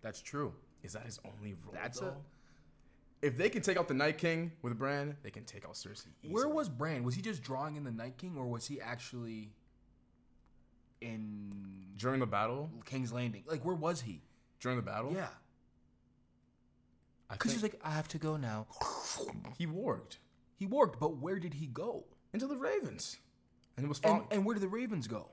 That's true.
Is that his only role?
That's
though?
a-
If they can take out the Night King with Bran, they can take out Cersei.
Where
easily.
was Bran? Was he just drawing in the Night King, or was he actually in
during the battle?
King's Landing? Like, where was he?
During the battle?
Yeah,
I
Because
think-
he's like, I have to go now.
He warged
he worked, but where did he go?
into the Ravens, and it was
And,
following.
and where did the Ravens go?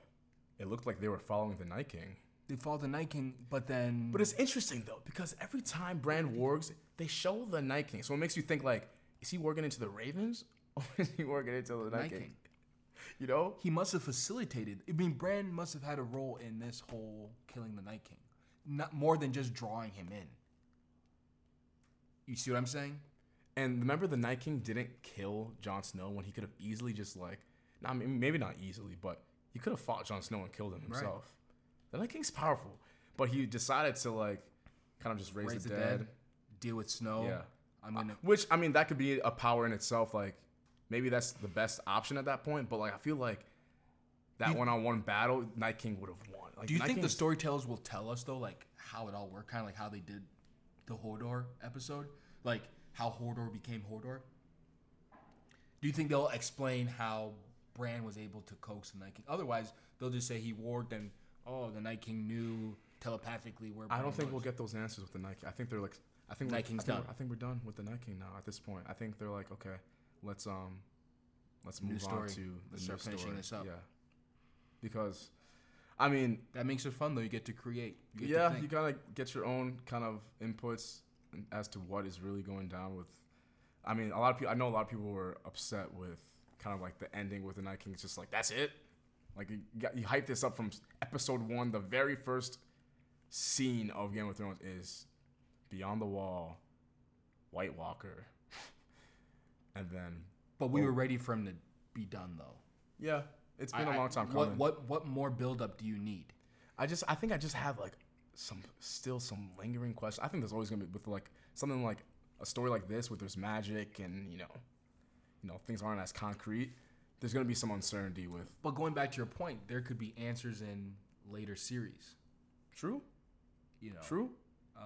it looked like they were following the Night King.
They followed the Night King, but then
But it's interesting though because every time Bran wargs, they show the Night King, so it makes you think like, is he warging into the Ravens or is he warging into the Night,
Night
King?
King.
You know?
he must have facilitated. I mean, Bran must have had a role in this whole killing the Night King, not more than just drawing him in. You see what I'm saying?
And remember, the Night King didn't kill Jon Snow when he could have easily just like, not maybe not easily, but he could have fought Jon Snow and killed him himself. The Night King's powerful, but he decided to like, kind of just raise,
Raise
the, dead.
deal with snow.
Yeah.
I'm gonna.
Uh, Which I mean, that could be a power in itself. Like, maybe that's the best option at that point. But like, I feel like that one-on-one battle, Night King would have won. Like,
Do you
Night
think the
King's-
storytellers will tell us though, like how it all worked, kind of like how they did the Hordor episode, like how Hordor became Hordor? Do you think they'll explain how Bran was able to coax the Night King? Otherwise, they'll just say he warged and oh, the Night King knew telepathically where.
I don't think we'll get those answers with the Night King. I think they're like, I think
Night
like,
King's
I think, we're-
done.
I think we're done with the Night King now at this point. I think they're like, okay, let's um, let's move on
story.
to the
Let's
new
start finishing
story.
this up.
Yeah, because, I mean,
That makes it fun though. You get to create. You get to
yeah,
think.
you gotta get your own kind of inputs as to what is really going down with. I mean, a lot of people. I know a lot of people were upset with kind of like the ending with the Night King. It's just like that's it. Like you, got, you hyped this up from s- episode one. The very first scene of Game of Thrones is beyond the wall, White Walker, and then
but we were ready for him to be done though.
yeah, Oh. it's been
I-
a
I-
long time
what,
coming.
What what more buildup do you need?
I just I think I just have like some still some lingering questions. I think there's always gonna be with like something like a story like this where there's magic and you know, you know things aren't as concrete. There's gonna be some uncertainty with.
But going back to your point, there could be answers in later series.
True.
You know,
True.
um,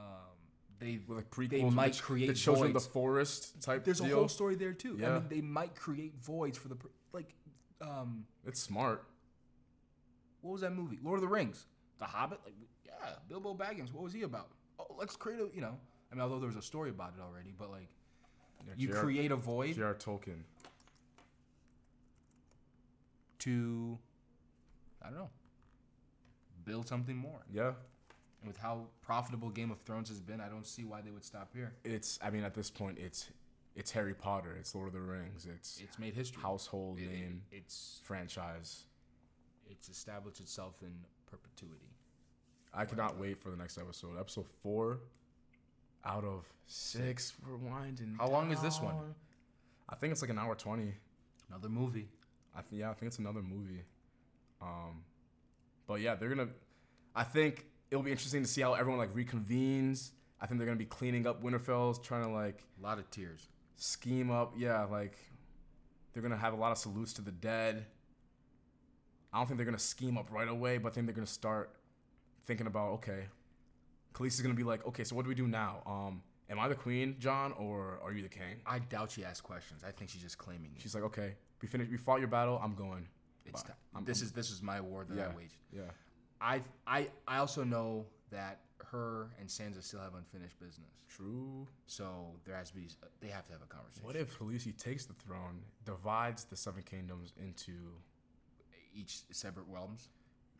They
With like prequels,
they
with
might
the, ch-
create
the children
voids.
of the forest type.
There's a
deal.
whole story there too. I
Yeah.
mean, they might create voids for the per- like. Um,
It's smart.
what was that movie? Lord of the Rings, The Hobbit. Like, yeah, Bilbo Baggins. What was he about? Oh, let's create a. You know, I mean, although there was a story about it already, but like, you
J.R.
create a void
J.R. Tolkien.
to, I don't know, build something more.
Yeah.
And with how profitable Game of Thrones has been, I don't see why they would stop here.
It's. I mean, at this point, it's it's Harry Potter. It's Lord of the Rings. It's,
It's made history.
household
It- it-
name
it's
franchise.
it's established itself in perpetuity.
I cannot wait for the next episode. Episode four out of six. We're winding.
How long is this
down.
one?
I think it's like an hour twenty.
Another movie.
I th- yeah, I think it's another movie. Um, but yeah, they're gonna. I think it'll be interesting to see how everyone like reconvenes. I think they're gonna be cleaning up Winterfell's, trying to like
A lot of tears.
scheme up. Yeah, like they're gonna have a lot of salutes to the dead. I don't think they're gonna scheme up right away, but I think they're gonna start thinking about okay, Khalees is gonna be like, okay, so what do we do now? Um, am I the queen, John, or are you the king?
I doubt she asked questions. I think she's just claiming it.
She's like, okay, we finished, we fought your battle. I'm going.
It's
Bye.
ti-
I'm-
this is this is my war that
yeah,
I waged.
yeah.
I I I also know that her and Sansa still have unfinished business.
True.
So there has to be they have to have a conversation.
What if Khaleesi takes the throne, divides the Seven Kingdoms into?
each separate realms?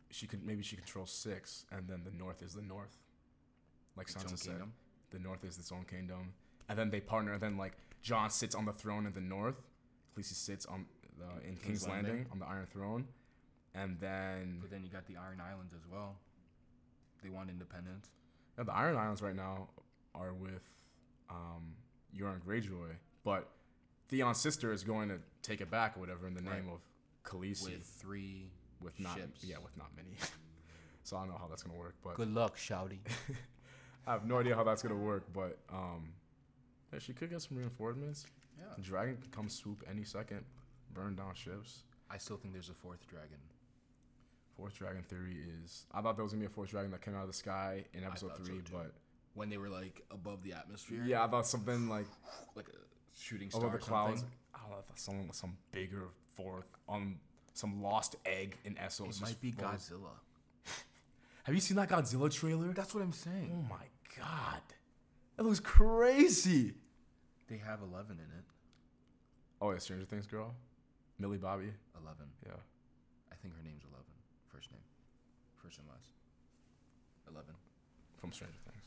She could maybe she controls six, and then the North is the North, like
own
Sansa said.
kingdom.
The North is its own kingdom, and then they partner. And then like John sits on the throne in the North, Khaleesi sits on uh, in King's, Landing.
Landing.
on the Iron Throne, and then
But then you got the Iron Islands as well. They want independence.
yeah, the Iron Islands right now are with um, Euron Greyjoy, but Theon's sister is going to take it back or whatever in the name of Khaleesi.
With three
with not
ships.
yeah with not many. so I don't know how that's gonna work, but
Good luck, Shouty.
I have no idea how that's gonna work. But um, yeah, she could get some reinforcements. Yeah, the dragon could come swoop any second, burn down ships.
I still think there's a fourth dragon.
Fourth dragon theory is I thought there was gonna be a fourth dragon that came out of the sky in episode
thought so,
three,
too.
but
When they were like above the atmosphere.
yeah, I thought something like
Like a shooting star
over the
or something.
clouds. I don't know, I thought someone with some bigger fourth on some lost egg in Essos.
It
just
might be
froze.
Godzilla.
Have you seen that Godzilla trailer?
That's what I'm saying.
oh my god, that looks crazy.
They have 11 in it.
Oh yeah, Stranger Things girl, Millie Bobby.
11.
Yeah,
I think her name's 11. First name. First and last. 11.
from Stranger Things.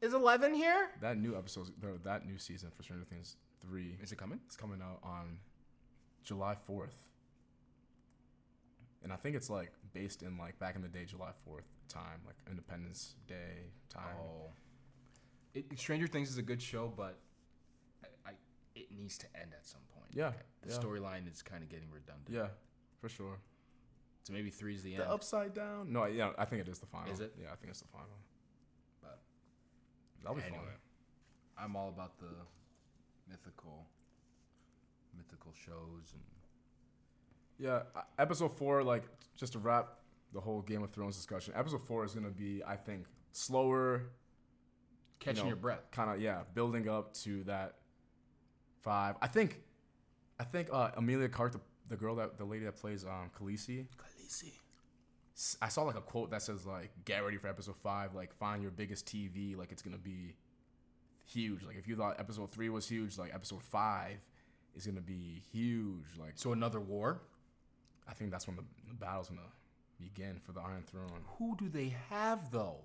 Is Eleven here?
That new episode, no, that new season for Stranger Things three
Is it coming?
is coming out on July fourth, and I think it's like based in like back in the day July fourth time, like
Oh.
Independence Day time.
It, Stranger Things is a good show, but I- it needs to end at some point.
Yeah,
The
yeah.
storyline is kind of getting redundant.
Yeah, for sure.
So maybe three's the end.
The upside down. No, I- yeah, I think it is the final.
Is it?
Yeah, I think it's the final.
but
That'll be
anyway,
fun.
I'm all about the mythical, mythical shows and
Yeah, uh, episode four, like just to wrap the whole Game of Thrones discussion. Episode four is gonna be, I think, slower,
catching
know,
your breath.
kind of yeah, building up to that five. I think, I think uh, Amelia Clark, the, the girl that the lady that plays um Khaleesi,
Khaleesi.
s- I saw like a quote that says like, "Get ready for episode five. Like, find your biggest TV. Like, it's gonna be huge. Like, if you thought episode three was huge, like episode five is gonna be huge. Like,
So another war.
I think that's when the, the battle's gonna begin for the Iron Throne.
Who do they have though?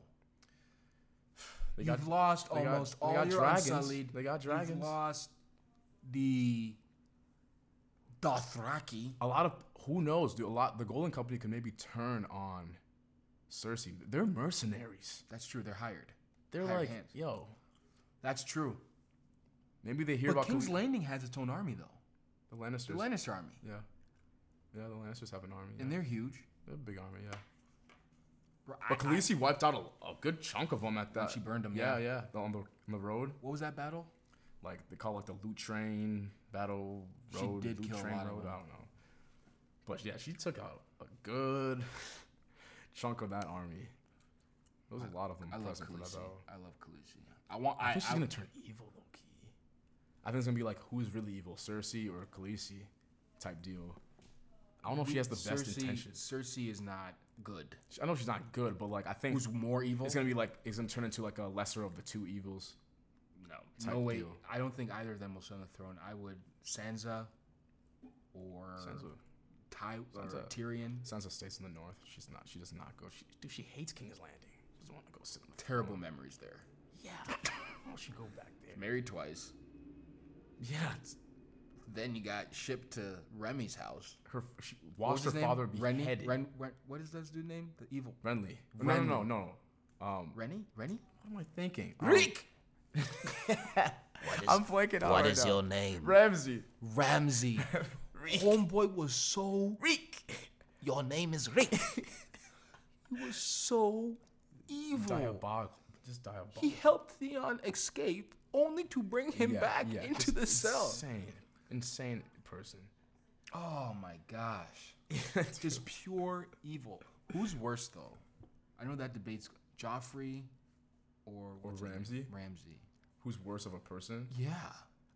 They
You've lost
they got-
almost
they
all
got
your
dragons.
Unsullied.
They got
You've
dragons.
lost the Dothraki.
a lot of who knows, dude. A lot the Golden Company can maybe turn on Cersei. They're mercenaries.
That's true. They're hired.
They're
Hired
like,
hands.
yo,
That's true.
maybe they hear
But
about
King's
Khale-
Landing has its own army though.
the Lannisters.
The Lannister army,
yeah, yeah, the Lannisters have an army. Yeah.
and they're huge.
They're a big army, yeah.
Bro, I-
But Khaleesi wiped out a, a good chunk of them at that.
she burned 'em,
Yeah,
yeah.
yeah. the- on the on the road,
what was that battle?
like they call it the loot train battle
She
road.
did
loot
kill a
train
lot of
road,
them.
I don't know. But yeah, she took out a good chunk of that army. There was a lot of them
I love
present for that
Khaleesi.
battle.
I love Khaleesi. I want. I,
I think she's
I-
gonna turn evil, low key. I think it's gonna be like who's really evil, Cersei or Khaleesi, type deal. I don't know if she has the best
Cersei-
intentions.
Cersei is not good.
I know she's not good, but like I think
Who's more evil?
it's gonna be like it's gonna turn into like a lesser of the two evils.
no,
type
no way.
deal.
I don't think either of them will sit on the throne. I would Sansa or
Sansa,
Ty or
Sansa.
Tyrion.
Sansa stays in the north. She's not. She does not go. She, dude, she hates King's Landing. She doesn't want to go sit on the.
Terrible memories there.
Yeah. Why don't she go back there?
Married twice.
Yeah. it's-
Then you got shipped to Remy's house.
Her she
What
watched
was
her
his name?
father
Renny?
beheaded.
Ren, Ren, what is this dude name? The evil
Renly. No, no, no,
Renly.
no. Um,
Renny? Renny?
what am I thinking? Um, Reek. I'm blanking out
What
right
is
now.
your name?
Ramsey.
Ramsey.
Homeboy was so
Rick. Your name is Rick.
so evil.
Diabolical. Just diabolical.
He helped Theon escape only to bring him
Yeah,
back
yeah,
into
just
the cell.
Insane. Insane person.
Oh my gosh. Just pure evil. Who's worse though? I know that debates Joffrey or what's his name?
Ramsay?
Ramsay.
Who's worse of a person?
Yeah.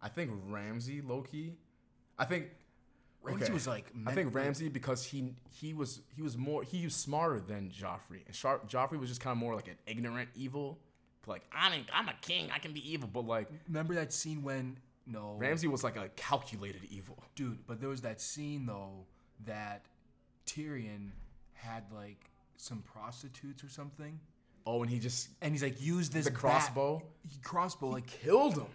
I think Ramsey, Loki. I think
Ramsay
okay.
was like
I
meant-
think Ramsey because he he was he was more he was smarter than Joffrey. And Sharp, Joffrey was just kind of more like an ignorant evil. Like I'm I'm a king, I can be evil, but like
remember that scene when no
Ramsey was like a calculated evil.
dude, but there was that scene though that Tyrion had like some prostitutes or something.
Oh, and he just
And he's like, use this
the
bat-
crossbow
He crossbow like
killed him.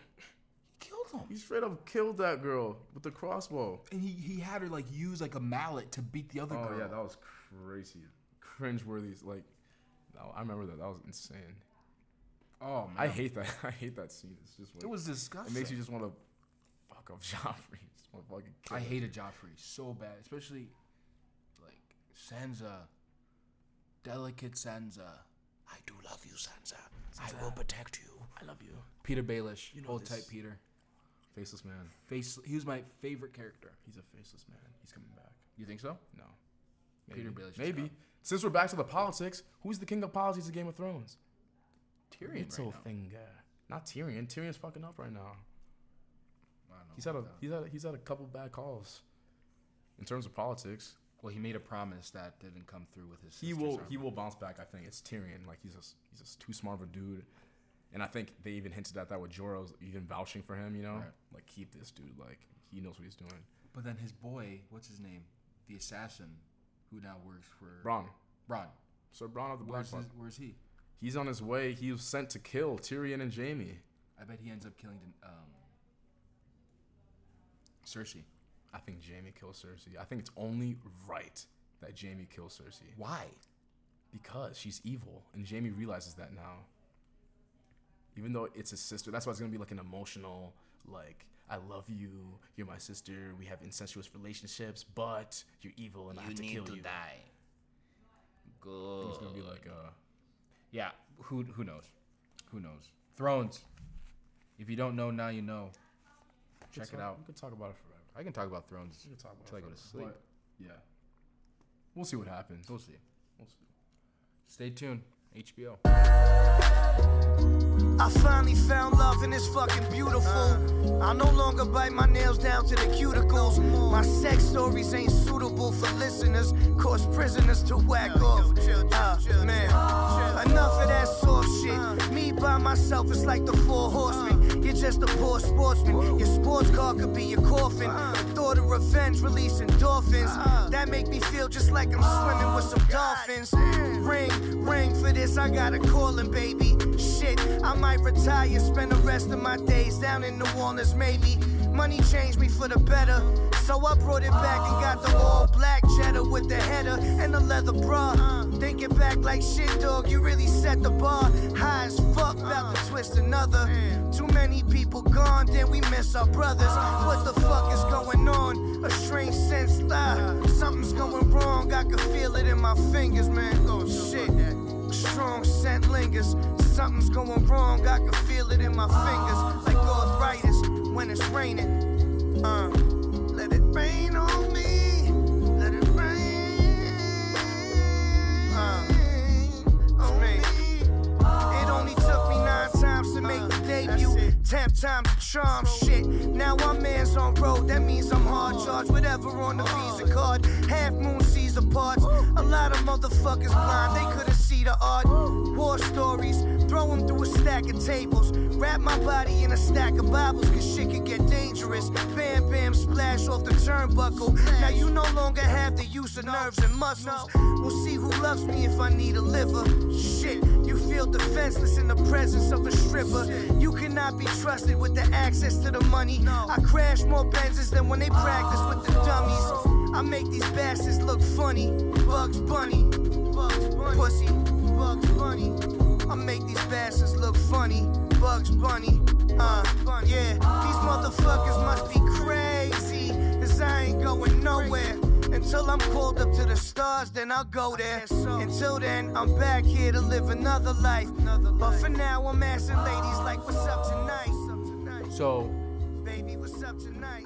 killed him.
He straight up killed that girl with the crossbow.
and he, he had her like use like a mallet to beat the other
Oh
girl.
yeah, that was crazy, cringeworthy. Like, no, I remember that. That was insane.
oh man,
I hate that. I hate that scene. It's just like,
it
it
was disgusting.
makes you just want to fuck up Joffrey. Just want to fucking kill
I
him.
hated Joffrey so bad, especially like Sansa, delicate Sansa. I do love you, Sansa. I will protect you. I love you, Peter Baelish, old type Peter.
faceless man.
Face. He was my favorite character.
He's a faceless man. He's coming back.
You think so?
No,
Peter Baelish. is
Maybe
not.
since we're back to the politics, who's the king of politics of Game of Thrones?
Tyrion right now.
Littlefinger. Not Tyrion. Tyrion's fucking up right now.
I don't know
He's had a
about that.
he's had a, he's had a couple bad calls in terms of politics.
Well, he made a promise that didn't come through with his.
he
sister's
will
armor.
he will bounce back. I think it's Tyrion. Like he's just he's just too smart of a dude, and I think they even hinted at that with Jorah's even vouching for him. You know,
Right.
like keep this dude. Like he knows what he's doing.
But then his boy, what's his name, the assassin, who now works for
Bron,
Bron.
Sir Bron of the Black
Where's,
Blackfire.
his- where's he?
He's on his way. He was sent to kill Tyrion and Jamie.
I bet he ends up killing um, Cersei.
I think Jamie kills Cersei. I think it's only right that Jamie kills Cersei
Why?
because she's evil, and Jamie realizes that now. Even though it's his sister, that's why it's gonna be like an emotional like. I love you. You're my sister. We have incestuous relationships, but you're evil and I have to kill you.
die.
It's
Good.
gonna be like uh,
Yeah. Who who knows? Who knows? Thrones. If you don't know now, you know. Check it out.
We could talk about it forever.
I can talk about Thrones
talk about
until I
it
go to sleep.
But, yeah, we'll see what happens.
We'll see. We'll see. Stay tuned. HBO.
I finally found love and it's fucking beautiful. I no longer bite my nails down to the cuticles. My sex stories ain't suitable for listeners, cause prisoners to whack off. Uh, man, enough of that soft shit. Me by myself is like the four horsemen. You're just a poor sportsman. Your sports car could be your coffin. The thought of revenge releasing dolphins. That make me feel just like I'm swimming with some dolphins. Ring, ring for this, I got a calling, baby. Shit, I might retire, spend the rest of my days down in New Orleans, maybe. Money changed me for the better, so I brought it back and got the all black cheddar with the header and the leather bra. Thinking back like shit, dog, you really set the bar high as fuck, about to twist another. Too many people gone, then we miss our brothers. What the fuck is going on? A strange sense lie. Something's going wrong, I can feel it in my fingers, man. Oh shit. Strong scent lingers. Something's going wrong. I can feel it in my fingers, like arthritis when it's raining. Uh, let it rain on me. Let it rain. Uh, on me. It only took me nine times to make the debut. Ten times the charm shit. Now I'm man's on road. That means I'm hard charged. Whatever on the visa card. Half moon Caesar parts. A lot of motherfuckers blind. They couldn't see the art. War stories. Throw them through a stack of tables. Wrap my body in a stack of Bibles. Cause shit could get dangerous. Bam, bam, splash off the turnbuckle. Now you no longer have the use of nerves and muscles. We'll see who loves me if I need a liver. Shit, you feel defenseless in the presence of a stripper. You cannot be trusted with the access to the money. I crash more Benzes than when they practice with the dummies. I make these bastards look funny. Bugs Bunny, Bugs Bunny, pussy, Bugs Bunny. I make these bastards look funny. Bugs Bunny, uh, yeah. These motherfuckers must be crazy, cause I ain't going nowhere. Until I'm called up to the stars, then I'll go there. Until then, I'm back here to live another life. But for now, I'm asking ladies like, what's up tonight?
So
Baby, what's up tonight?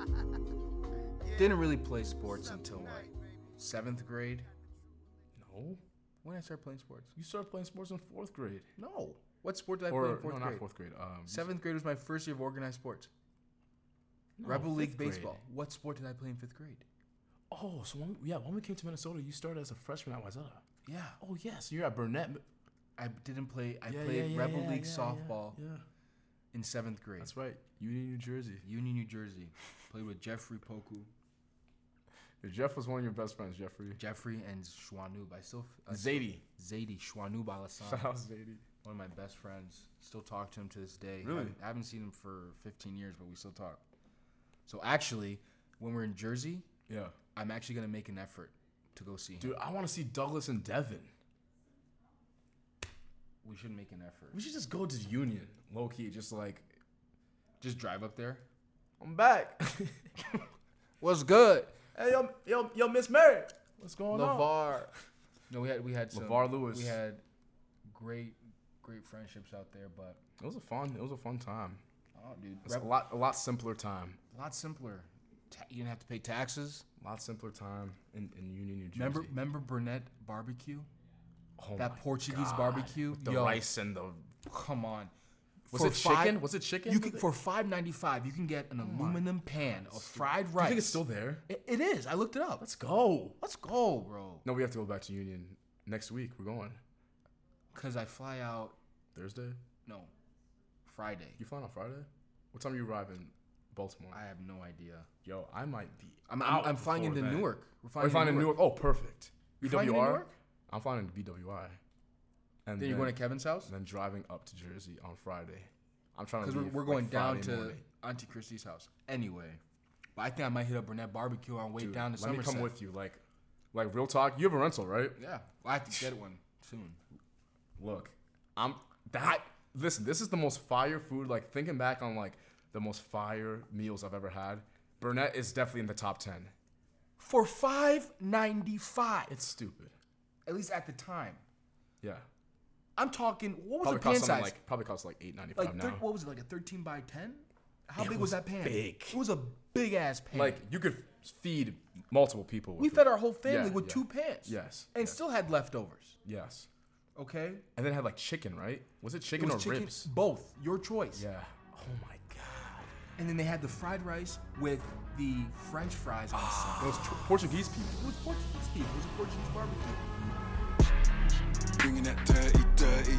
didn't really play sports until like seventh grade.
No,
When did I start playing sports?
you started playing sports in fourth grade.
No. What sport did I play in
Or
fourth
no,
grade?
not fourth grade. Um,
Seventh grade was my first year of organized sports.
no,
Rebel League
fifth grade.
baseball. What sport did I play in fifth grade?
Oh, so when, yeah, when we came to Minnesota, you started as a freshman at Wayzata.
Yeah,
Oh yes, you're at Burnett.
I didn't play. I
Yeah,
played
yeah, yeah,
Rebel
yeah,
League
yeah,
softball
Yeah, yeah.
in seventh grade.
that's right. Union, New Jersey.
Union, New Jersey. Played with Jeffrey Poku,
Jeff was one of your best friends, Jeffrey.
Jeffrey and Schwanub. I still f- I still-
Zadie.
Zadie Schwanub
Shout
Alassane.
out Zadie.
One of my best friends. Still talk to him to this day.
Really?
Haven't- I haven't seen him for 15 years, but we still talk. So actually, when we're in Jersey,
Yeah,
I'm actually gonna make an effort to go see him.
dude, I want to see Douglas and Devin.
We should make an effort.
We should just go to Union, low key. Just like
Just drive up there.
I'm back.
What's good?
hey, yo, yo, yo, Miss Mary. What's going on?
Lavar. No, we had we had some,
Oh, LeVar Lewis.
We had great great friendships out there, but
It was a fun. It was a fun time.
oh, dude,
It's
rep, a
a lot, a lot simpler time.
lot simpler. Ta- you didn't have to pay taxes.
A lot simpler time in, in Union, New Jersey.
Remember, remember Burnett barbecue?
Oh
that
my
Portuguese barbecue?
with the
Yo.
rice and the
Come on.
was
For
it
five-
chicken? Was it chicken?
You
with
can for five ninety five. You can get an aluminum pan of fried
Do
rice.
you think it's still there?
It- it is. I looked it up. Let's
Go.
let's go, bro.
No, we have to go back to Union next week. We're going
Cause I fly out
Thursday.
no Friday.
You flying on Friday? What time you arrive in Baltimore?
I have no idea.
Yo, I might be.
I'm
out
I'm, I'm flying
before
into
then.
Newark. We're
Are you flying in Newark? Oh, perfect.
You flying into
BWR?
Newark?
I'm flying into BWI. And
Then you're going to Kevin's house.
and then driving up to Jersey on Friday. I'm trying to
Because we're,
leave,
we're
like,
going down
Friday
to
morning.
Auntie Christie's house anyway. But I think I might hit up Burnett Barbecue on way
Dude,
down to
let
Somerset.
me come with you. Like, like real talk. You have a rental, right?
Yeah, well, I have to get one soon.
Look, I'm that. Listen, this is the most fire food. Like thinking back on like the most fire meals I've ever had. Burnett is definitely in the top ten.
for five ninety five.
It's stupid.
At least at the time.
Yeah.
I'm talking. What was
Probably
the pan
cost something
size?
like probably costs like eight ninety
Like,
five
thir-
now.
what was it? Like a thirteen by ten? How
It
big was,
was
that pan?
big.
It was a big ass pan.
like you could feed multiple people. With
we
it.
fed our whole family
Yeah,
with
yeah.
two pans.
Yes,
And
yes.
still had leftovers.
Yes.
Okay.
And then it had like chicken, right? Was it
It
chicken
was
or
chicken,
ribs?
both your choice.
Yeah. Oh my god.
And then they had the fried rice with the French fries on the side.
Those tr- Portuguese people.
It was Portuguese people. It was a Portuguese barbecue.
Bringing that dirty, dirty.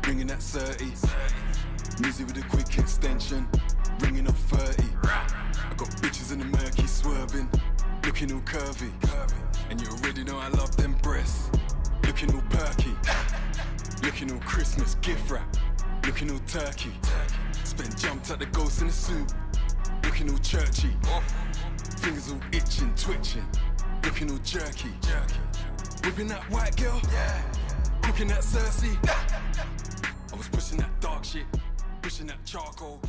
Bringing that 30. Music with a quick extension. Ringing up 30. I got bitches in the murky swerving. Looking all curvy. And you already know I love them breasts. Looking all perky. Looking all Christmas gift wrap. Looking all turkey. Spent jumped at the ghost in the soup. Looking all churchy. Fingers all itching, twitching. Looking all jerky. Whipping that white girl. Cooking that Cersei. I was pushing that dark shit. Pushing that charcoal.